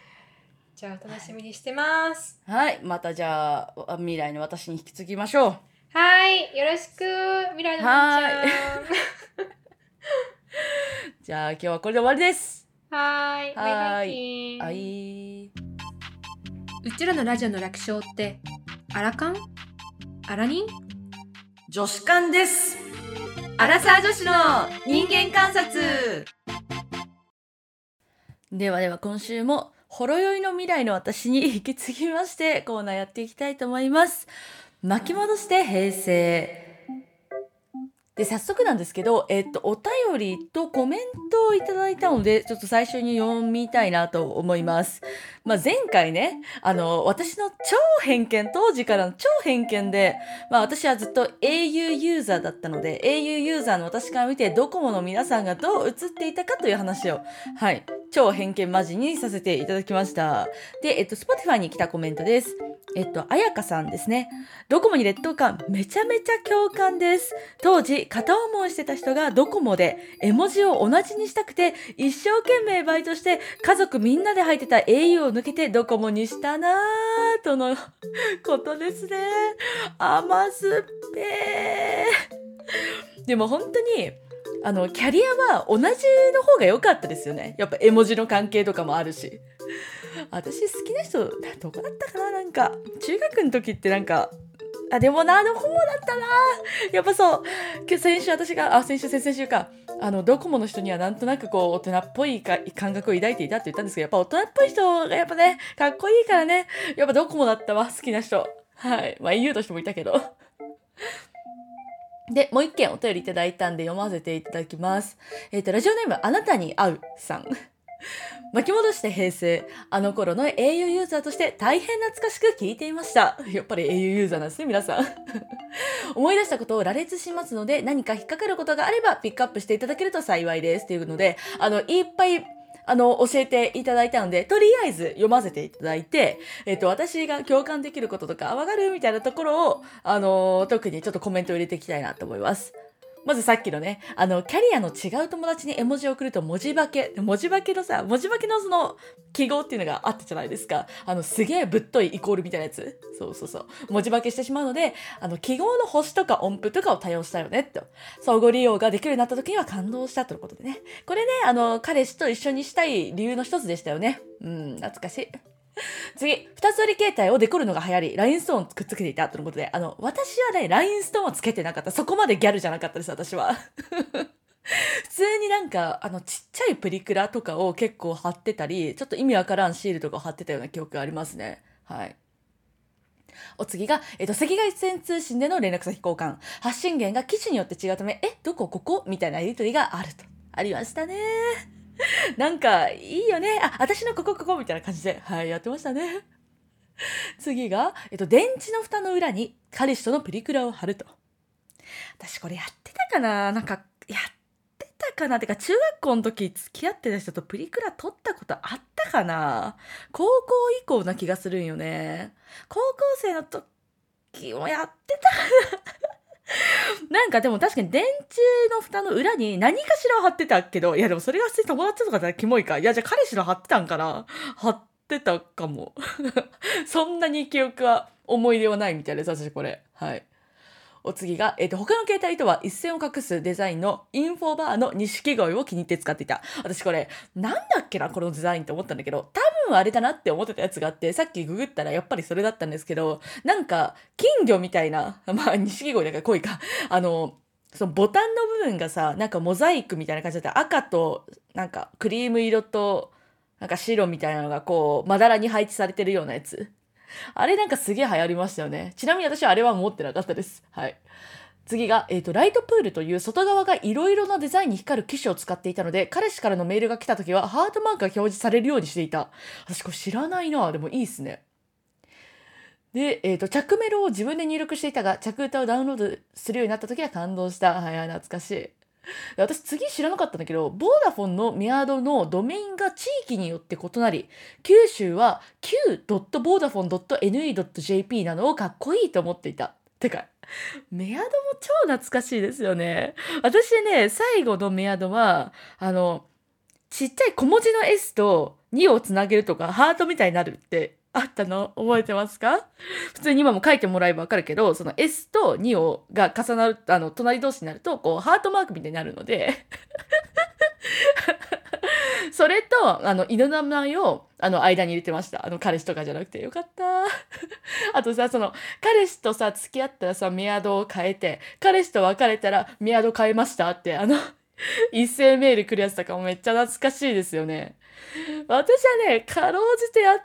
B: じゃあお楽しみにしてます。
A: はい、またじゃああ未来の私に引き継ぎましょう。
B: はい、よろしく、未来のなんちゃん。
A: じゃあ今日はこれで終わりです。
B: [LAUGHS] はー
A: はーい
B: い、バイバ
A: は
B: イキン
A: い。
B: うちらのラジオの楽勝って、アラカンアラニン
A: 女子館です。
B: アラサー女子の
A: 人間観察。ではでは今週もほろ酔いの未来の私に引き継ぎましてコーナーやっていきたいと思います。巻き戻して平成。で早速なんですけど、えっと、お便りとコメントをいただいたのでちょっと最初に読みたいなと思います。まあ、前回ねあの私の超偏見当時からの超偏見で、まあ、私はずっと au ユーザーだったので au ユーザーの私から見てドコモの皆さんがどう映っていたかという話を、はい、超偏見マジにさせていただきました。で、えっと、Spotify に来たコメントです。えっと、あやかさんですね。ドコモに劣等感、めちゃめちゃ共感です。当時、片思いしてた人がドコモで、絵文字を同じにしたくて、一生懸命バイトして、家族みんなで入ってた au を抜けてドコモにしたなぁ、とのことですね。甘酸っぱい。でも本当に、あのキャリアは同じの方が良かったですよねやっぱ絵文字の関係とかもあるし私好きな人どこだったかななんか中学の時ってなんかあでもなどこもだったなやっぱそう今日先週私があ先週先々週かあのドコモの人にはなんとなくこう大人っぽいか感覚を抱いていたって言ったんですけどやっぱ大人っぽい人がやっぱねかっこいいからね [LAUGHS] やっぱドコモだったわ好きな人はいまあ EU としてもいたけど [LAUGHS] で、もう一件お便りいただいたんで読ませていただきます。えっ、と、ラジオネーム、あなたに会うさん。 [LAUGHS] 巻き戻して平成。あの頃の au ユーザーとして大変懐かしく聞いていました。やっぱり au ユーザーなんですね、皆さん。 [LAUGHS] 思い出したことを羅列しますので、何か引っかかることがあればピックアップしていただけると幸いです。というので、あの、いっぱい、あの、教えていただいたので、とりあえず読ませていただいて、えっと、私が共感できることとか、あわかるみたいなところを、あのー特にちょっとコメントを入れていきたいなと思います。まずさっきのね、あの、キャリアの違う友達に絵文字を送ると文字化け、文字化けのさ、文字化けのその記号っていうのがあったじゃないですか。あの、すげえぶっといイコールみたいなやつ。そうそうそう。文字化けしてしまうので、あの、記号の星とか音符とかを多用したよね、と。相互利用ができるようになった時には感動したということでね。これね、あの、彼氏と一緒にしたい理由の一つでしたよね。うん、懐かしい。次、二つ折り携帯をデコるのが流行り、ラインストーンをくっつけていたとのことで、あの、私はね、ラインストーンはつけてなかった。そこまでギャルじゃなかったです、私は。 [LAUGHS] 普通になんか、あの、ちっちゃいプリクラとかを結構貼ってたり、ちょっと意味わからんシールとかを貼ってたような記憶がありますね。はい。お次が、えっと、赤外線通信での連絡先交換。発信源が機種によって違うため、え、どこここみたいなやりとりがあると。ありましたね。 [LAUGHS] なんか、いいよね。あ、私のここここみたいな感じで、はい、やってましたね。 [LAUGHS] 次が、えっと、電池の蓋の裏に彼氏とのプリクラを貼ると。私これやってたかななんか、やってたかなてか、中学校の時付き合ってた人とプリクラ撮ったことあったかな高校以降な気がするんよね。高校生の時もやってたか [LAUGHS] ななんかでも確かに電池の蓋の裏に何かしらを貼ってたけど、いやでもそれが普通に友達とかだったらキモいか。いやじゃあ彼氏の貼ってたんかな貼ってたかも。 [LAUGHS] そんなに記憶は思い出はないみたいです、私これ。はい。お次が、えっ、と、他の携帯とは一線を画すデザインのインフォバーの錦鯉を気に入って使っていた。私これ、なんだっけな、このデザインって思ったんだけど、多分あれだなって思ってたやつがあって、さっきググったらやっぱりそれだったんですけど、なんか、金魚みたいな、まあ、錦鯉だから恋か、あの、そのボタンの部分がさ、なんかモザイクみたいな感じだった。赤と、なんかクリーム色と、なんか白みたいなのがこう、まだらに配置されてるようなやつ。あれなんかすげえ流行りましたよね。ちなみに私はあれは持ってなかったです。はい。次が、えっ、と、ライトプールという外側がいろいろなデザインに光る機種を使っていたので、彼氏からのメールが来た時はハートマークが表示されるようにしていた。私これ知らないなでもいいっすね。で、えっ、と、着メロを自分で入力していたが、着歌をダウンロードするようになった時は感動した。はいはい、懐かしい。で私次知らなかったんだけど、ボーダフォンのメアドのドメインが地域によって異なり、九州は q.vodafone.ne.jp なのをかっこいいと思っていた。てか、メアドも超懐かしいですよね。私ね、最後のメアドは、あの、ちっちゃい小文字の S と2をつなげるとか、ハートみたいになるってあったの覚えてますか普通に今も書いてもらえばわかるけど、その S と2をが重なる、あの、隣同士になると、こう、ハートマークみたいになるので、 [LAUGHS] それと、あの、犬の名前を、あの、間に入れてました。あの、彼氏とかじゃなくてよかった。 [LAUGHS] あとさ、その、彼氏とさ、付き合ったらさ、メアドを変えて、彼氏と別れたら、メアド変えましたって、あの、 [LAUGHS] 一斉メール来るやつとかもめっちゃ懐かしいですよね。私はね、かろうじてや、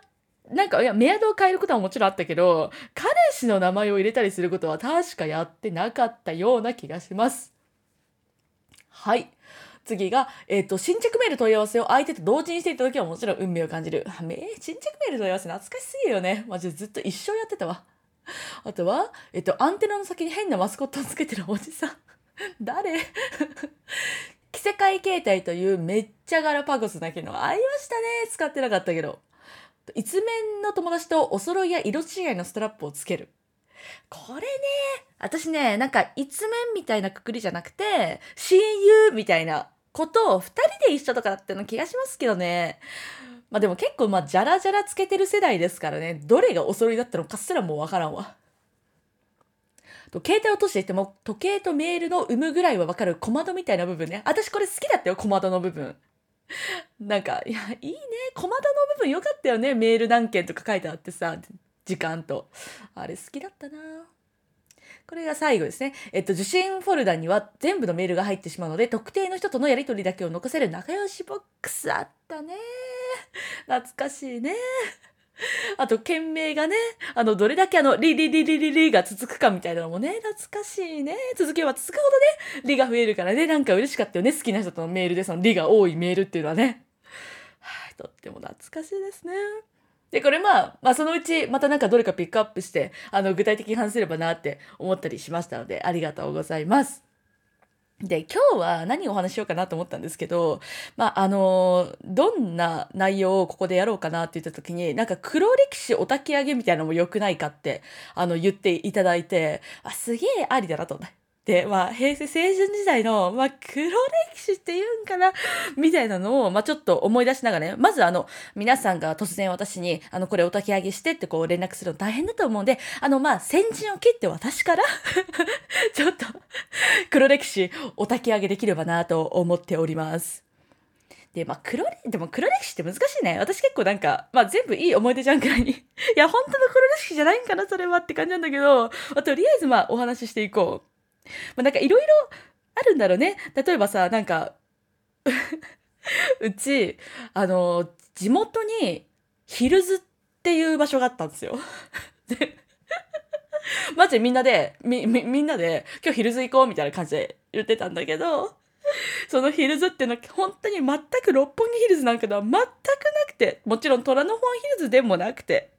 A: なんか、いや、メアドを変えることはもちろんあったけど、彼氏の名前を入れたりすることは確かやってなかったような気がします。はい。次が、えっ、と、新着メール問い合わせを相手と同時にしていた時はもちろん運命を感じる。あめ新着メール問い合わせ懐かしすぎるよね。マジでずっと一生やってたわ。あとは、えっ、と、アンテナの先に変なマスコットをつけてるおじさん。 [LAUGHS] 誰 [LAUGHS] 着せ替え携帯というめっちゃガラパゴスな機能。ありましたね。使ってなかったけど。一面の友達とお揃いや色違いのストラップをつける。これね、私ね、なんか一面みたいなくくりじゃなくて、親友みたいなことを二人で一緒とかだっての気がしますけどね。まあでも結構まあじゃらじゃらつけてる世代ですからね、どれがお揃いだったのかすらもうわからんわ。と携帯を落としていても時計とメールの有無ぐらいはわかる小窓みたいな部分ね。私これ好きだったよ、小窓の部分。なんか、いや、いいね。小窓の部分よかったよね。メール何件とか書いてあってさ、時間と。あれ好きだったなこれが最後ですね。えっと、受信フォルダには全部のメールが入ってしまうので、特定の人とのやり取りだけを残せる仲良しボックスあったね。懐かしいね。あと、件名がね、あの、どれだけあの、リリリリリリが続くかみたいなのもね、懐かしいね。続けば続くほどね、リが増えるからね、なんか嬉しかったよね。好きな人とのメールで、そのリが多いメールっていうのはね。はい、とっても懐かしいですね。で、これまあ、まあそのうちまたなんかどれかピックアップして、あの、具体的に話せればなって思ったりしましたので、ありがとうございます。で、今日は何をお話ししようかなと思ったんですけど、まあ、あの、どんな内容をここでやろうかなって言った時に、なんか黒歴史お焚き上げみたいなのも良くないかって、あの、言っていただいて、あ、すげえありだなと思って。で、まあ、平成青春時代の、まあ、黒歴史って言うんかな [LAUGHS] みたいなのを、まあ、ちょっと思い出しながらね、まずあの、皆さんが突然私に、あの、これお焚き上げしてってこう連絡するの大変だと思うんで、あの、まあ、先陣を切って私から、 [LAUGHS] ちょっと、黒歴史お焚き上げできればなと思っております。で、まあ、黒歴でも黒歴史って難しいね。私結構なんか、まあ、全部いい思い出じゃんくらいに。いや、本当の黒歴史じゃないんかな、それはって感じなんだけど、まあ、とりあえずまあ、お話ししていこう。まあ、なんかいろいろあるんだろうね。例えばさ、なんか、 [LAUGHS] うち、あの、地元にヒルズっていう場所があったんですよ。 [LAUGHS] でマジでみんなで、み、み、みんなで、今日ヒルズ行こうみたいな感じで言ってたんだけど、そのヒルズってのは本当に全く六本木ヒルズなんかでは全くなくて、もちろん虎ノ門ヒルズでもなくて、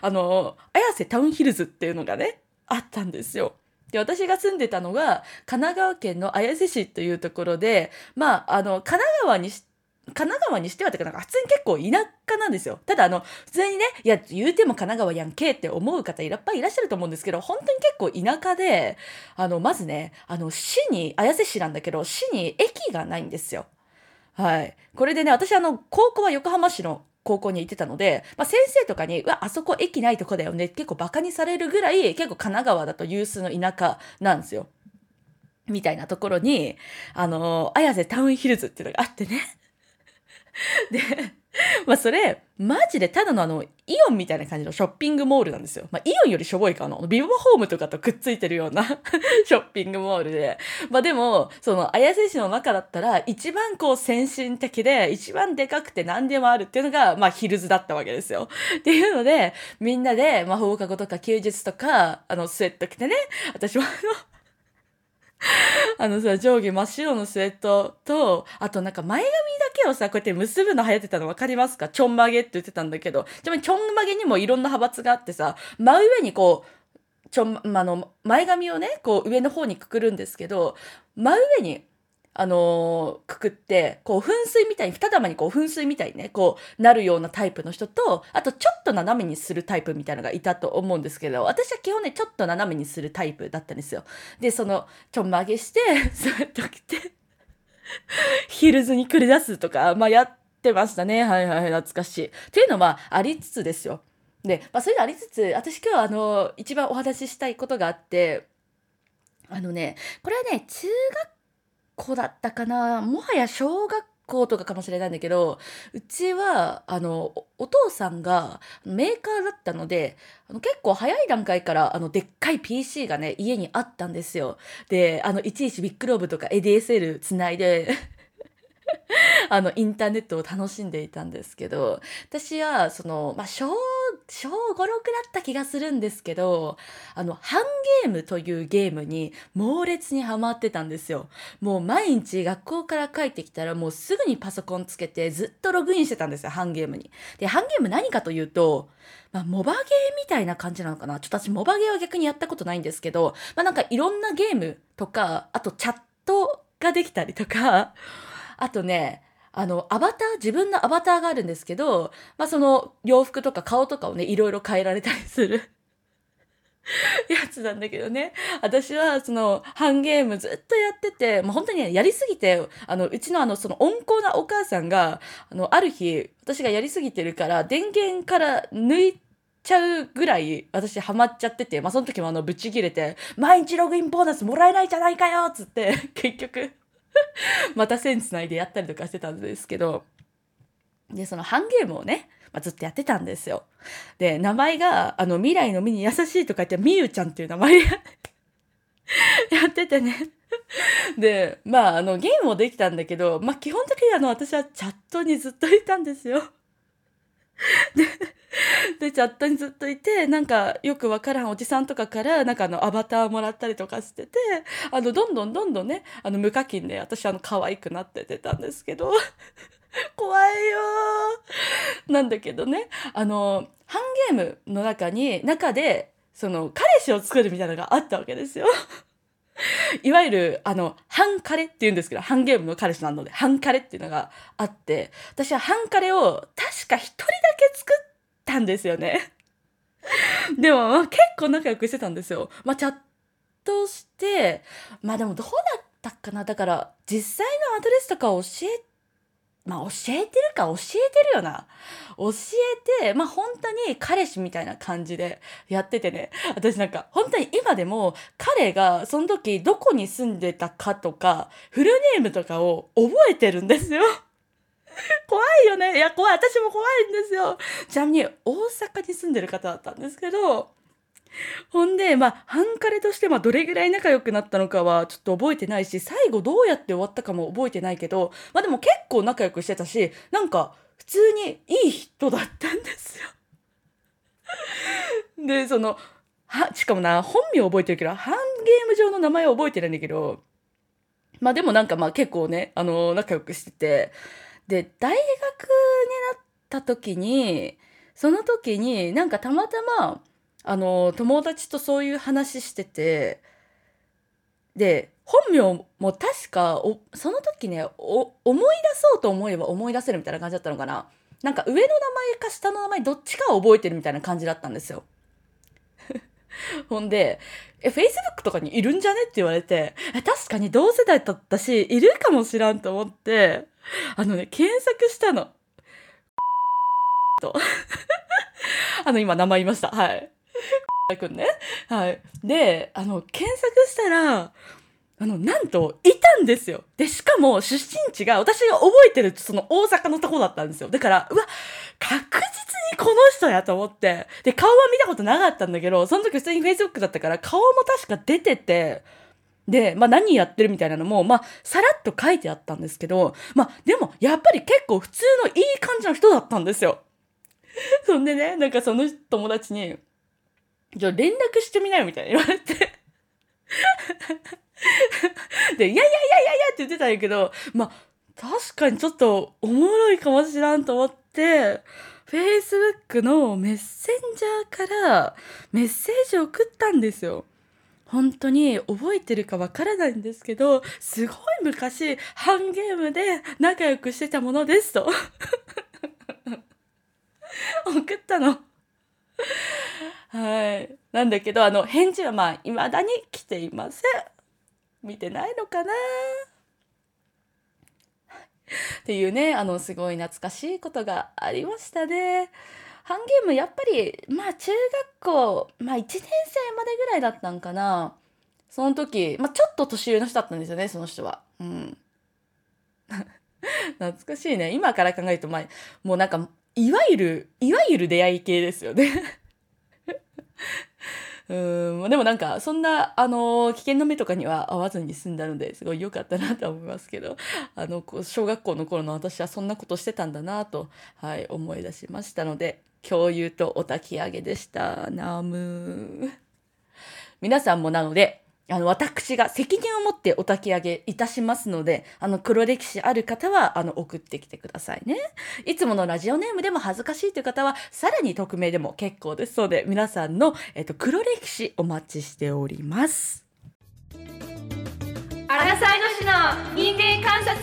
A: あの、綾瀬タウンヒルズっていうのがね、あったんですよ。で、私が住んでたのが、神奈川県の綾瀬市というところで、まあ、あの、神奈川にし、神奈川にしてはってか、なんか普通に結構田舎なんですよ。ただあの、普通にね、いや、言うても神奈川やんけって思う方いらっぱいいらっしゃると思うんですけど、本当に結構田舎で、あの、まずね、あの、市に、綾瀬市なんだけど、市に駅がないんですよ。はい。これでね、私あの、高校は横浜市の高校に行ってたので、まあ、先生とかに、うわ、あそこ駅ないとこだよね、結構バカにされるぐらい、結構神奈川だと有数の田舎なんですよ。みたいなところに、あの、綾瀬タウンヒルズっていうのがあってね。 [LAUGHS] で、まあそれ、マジでただのあの、イオンみたいな感じのショッピングモールなんですよ。まあイオンよりしょぼいかな。ビバホームとかとくっついてるような [LAUGHS] ショッピングモールで。まあでも、その、綾瀬市の中だったら、一番こう先進的で、一番でかくて何でもあるっていうのが、まあヒルズだったわけですよ。っていうので、みんなで、まあ放課後とか休日とか、あの、スウェット着てね、私はあの、あのさ、上下真っ白のスウェットと、あとなんか前髪だけをさ、こうやって結ぶの流行ってたの分かりますかちょんまげって言ってたんだけど、ちなみにちょんまげにもいろんな派閥があってさ、真上にこう、ちょん、まあの、前髪をね、こう上の方にくくるんですけど、真上に、あのーくくって、こう噴水みたいに、二玉にこう噴水みたいにね、こうなるようなタイプの人と、あとちょっと斜めにするタイプみたいなのがいたと思うんですけど、私は基本ね、ちょっと斜めにするタイプだったんですよ。でそのちょんまげしてスウェット着てヒルズに繰り出すとか、まあ、やってましたねはいはいはい懐かしい。っていうのはありつつですよ。で、まあ、そういうのありつつ私今日あの一番お話ししたいことがあってあのねこれはね中学校だったかなもはや小学校とかかもしれないんだけどうちはあのおお父さんがメーカーだったのであの結構早い段階からあのでっかい PC がね家にあったんですよ。であのいちいちビッグローブとか ADSL つないで [LAUGHS] あのインターネットを楽しんでいたんですけど私はその、まあ、小小56だった気がするんですけどあのハンゲームというゲームに猛烈にハマってたんですよ。もう毎日学校から帰ってきたらもうすぐにパソコンつけてずっとログインしてたんですよハンゲームに。でハンゲーム何かというとまあ、モバゲーみたいな感じなのかなちょっと私モバゲーは逆にやったことないんですけど、まあ、なんかいろんなゲームとか、あとチャットができたりとか、あとね、あの、アバター、自分のアバターがあるんですけど、まあ、その洋服とか顔とかをね、いろいろ変えられたりする [LAUGHS] やつなんだけどね。私は、その、ハンゲームずっとやってて、もう本当にねやりすぎて、あの、うちのあの、その温厚なお母さんが、あの、ある日、私がやりすぎてるから、電源から抜いて、ちゃうぐらい私ハマっちゃってて、まあ、その時もあのブチ切れて「毎日ログインボーナスもらえないじゃないかよ!」っつって結局 [LAUGHS] また線つないでやったりとかしてたんですけどでそのハンゲームをね、まあ、ずっとやってたんですよ。で名前があの未来の未に優しいとか言ってみゆちゃんっていう名前で [LAUGHS] やっててね。でまああのゲームもできたんだけど、まあ、基本的にあの私はチャットにずっといたんですよ。でチャットにずっといてなんかよくわからんおじさんとかからなんかあのアバターもらったりとかしててあのどんどんどんどんねあの無課金で私あの可愛くなってってたんですけど [LAUGHS] 怖いよーなんだけどねあのハンゲームの中に中でその彼氏を作るみたいなのがあったわけですよ。 [LAUGHS] いわゆるあの半カレって言うんですけど半ゲームの彼氏なので半カレっていうのがあって私は半カレを確か一人だけ作ったんですよねでもまあ結構仲良くしてたんですよまあチャットしてまあでもどうだったかなだから実際のアドレスとか教えまあ教えてるか教えてるよな教えてまあ本当に彼氏みたいな感じでやっててね私なんか本当に今でも彼がその時どこに住んでたかとかフルネームとかを覚えてるんですよ。 [LAUGHS] 怖いよねいや怖い私も怖いんですよちなみに大阪に住んでる方だったんですけどほんでまあ半カレとしてまあどれぐらい仲良くなったのかはちょっと覚えてないし最後どうやって終わったかも覚えてないけどまあでも結構仲良くしてたしなんか普通にいい人だったんですよ。 [LAUGHS] でそのはしかもな本名覚えてるけどハンゲーム上の名前は覚えてないんだけどまあでもなんかまあ結構ねあの仲良くしててで大学になった時にその時になんかたまたまあの友達とそういう話しててで本名も確かおその時ねお思い出そうと思えば思い出せるみたいな感じだったのかななんか上の名前か下の名前どっちかを覚えてるみたいな感じだったんですよ。 [LAUGHS] ほんで、え、Facebook とかにいるんじゃねって言われて、え確かに同世代だったし、いるかもしらんと思って、あのね、検索したの。 [LAUGHS] と。 [LAUGHS] あの、今、名前言いました。はい。くんね。 [LAUGHS] はい。で、あの、検索したら、あの、なんと、いたんですよ。で、しかも、出身地が、私が覚えてる、その、大阪のとこだったんですよ。だから、うわ、確実にこの人やと思って。で、顔は見たことなかったんだけど、その時普通に Facebook だったから、顔も確か出てて、で、まあ何やってるみたいなのも、まあさらっと書いてあったんですけど、まあでもやっぱり結構普通のいい感じの人だったんですよ。 [LAUGHS] そんでね、なんかその友達に、じゃあ連絡してみなよみたいな言われて。で、いやいやいやいやいやって言ってたんやけど、まあ確かにちょっとおもろいかもしらんと思って、Facebook のメッセンジャーからメッセージを送ったんですよ。本当に覚えてるかわからないんですけど、すごい昔、ハンゲームで仲良くしてたものですと。 [LAUGHS] 送ったの。はい。なんだけど、あの、返事はまあ、未だに来ていません。見てないのかなっていうねあのすごい懐かしいことがありましたね。ハンゲームやっぱりまあ中学校、まあ、1年生までぐらいだったんかなその時、まあ、ちょっと年上の人だったんですよねその人は。うん [LAUGHS] 懐かしいね今から考えると、まあ、もうなんかいわゆるいわゆる出会い系ですよね。うんまあでもなんかそんな、あの危険な目とかには遭わずに済んだのですごい良かったなとは思いますけど [LAUGHS] あのこう小学校の頃の私はそんなことしてたんだなと、はい、思い出しましたので共有とお焚き上げでしたナムー皆さんもなのであの私が責任を持ってお焚き上げいたしますのであの黒歴史ある方はあの送ってきてくださいねいつものラジオネームでも恥ずかしいという方はさらに匿名でも結構ですので皆さんの、えっと、黒歴史お待ちしております
C: アラサー女子の人間観察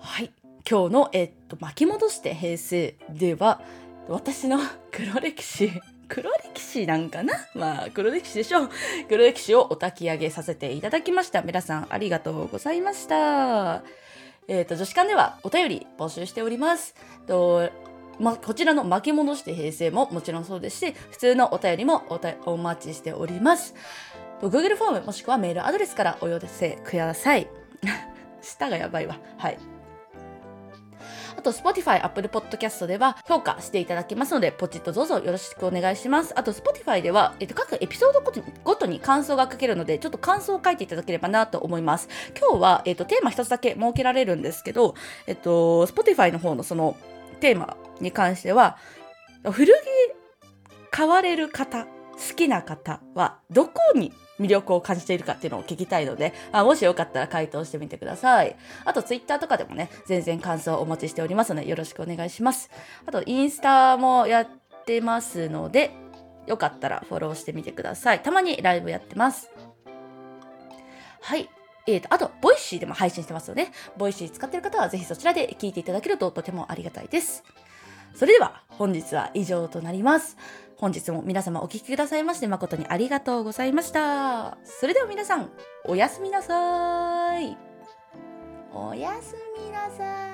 A: はい今日の、えっと、巻き戻して平成では私の [LAUGHS] 黒歴史黒歴史なんかなまあ黒歴史でしょう黒歴史をお焚き上げさせていただきました皆さんありがとうございましたえっ、と女子館ではお便り募集しておりますとま、こちらの巻き戻して平成ももちろんそうですし普通のお便りもおたお待ちしておりますと Google フォームもしくはメールアドレスからお寄せください [LAUGHS] 舌がやばいわはいあと、Spotify、Apple Podcast では評価していただけますので、ポチッとどうぞよろしくお願いします。あと、Spotify では、えっと、各エピソードごとにごとに感想が書けるので、ちょっと感想を書いていただければなと思います。今日は、えっと、テーマ一つだけ設けられるんですけど、えっと、Spotify の方のそのテーマに関しては、古着買われる方、好きな方は、どこに魅力を感じているかっていうのを聞きたいので、あもしよかったら回答してみてください。あとツイッターとかでもね、全然感想をお待ちしておりますので、よろしくお願いします。あと、インスタもやってますので、よかったらフォローしてみてください。たまにライブやってます。はい。えー、と、あと、ボイシーでも配信してますので、ボイシー使ってる方はぜひそちらで聞いていただけるととてもありがたいです。それでは、本日は以上となります。本日も皆様お聴きくださいまして誠にありがとうございました。それでは皆さん、おやすみなさーい。おやすみなさい。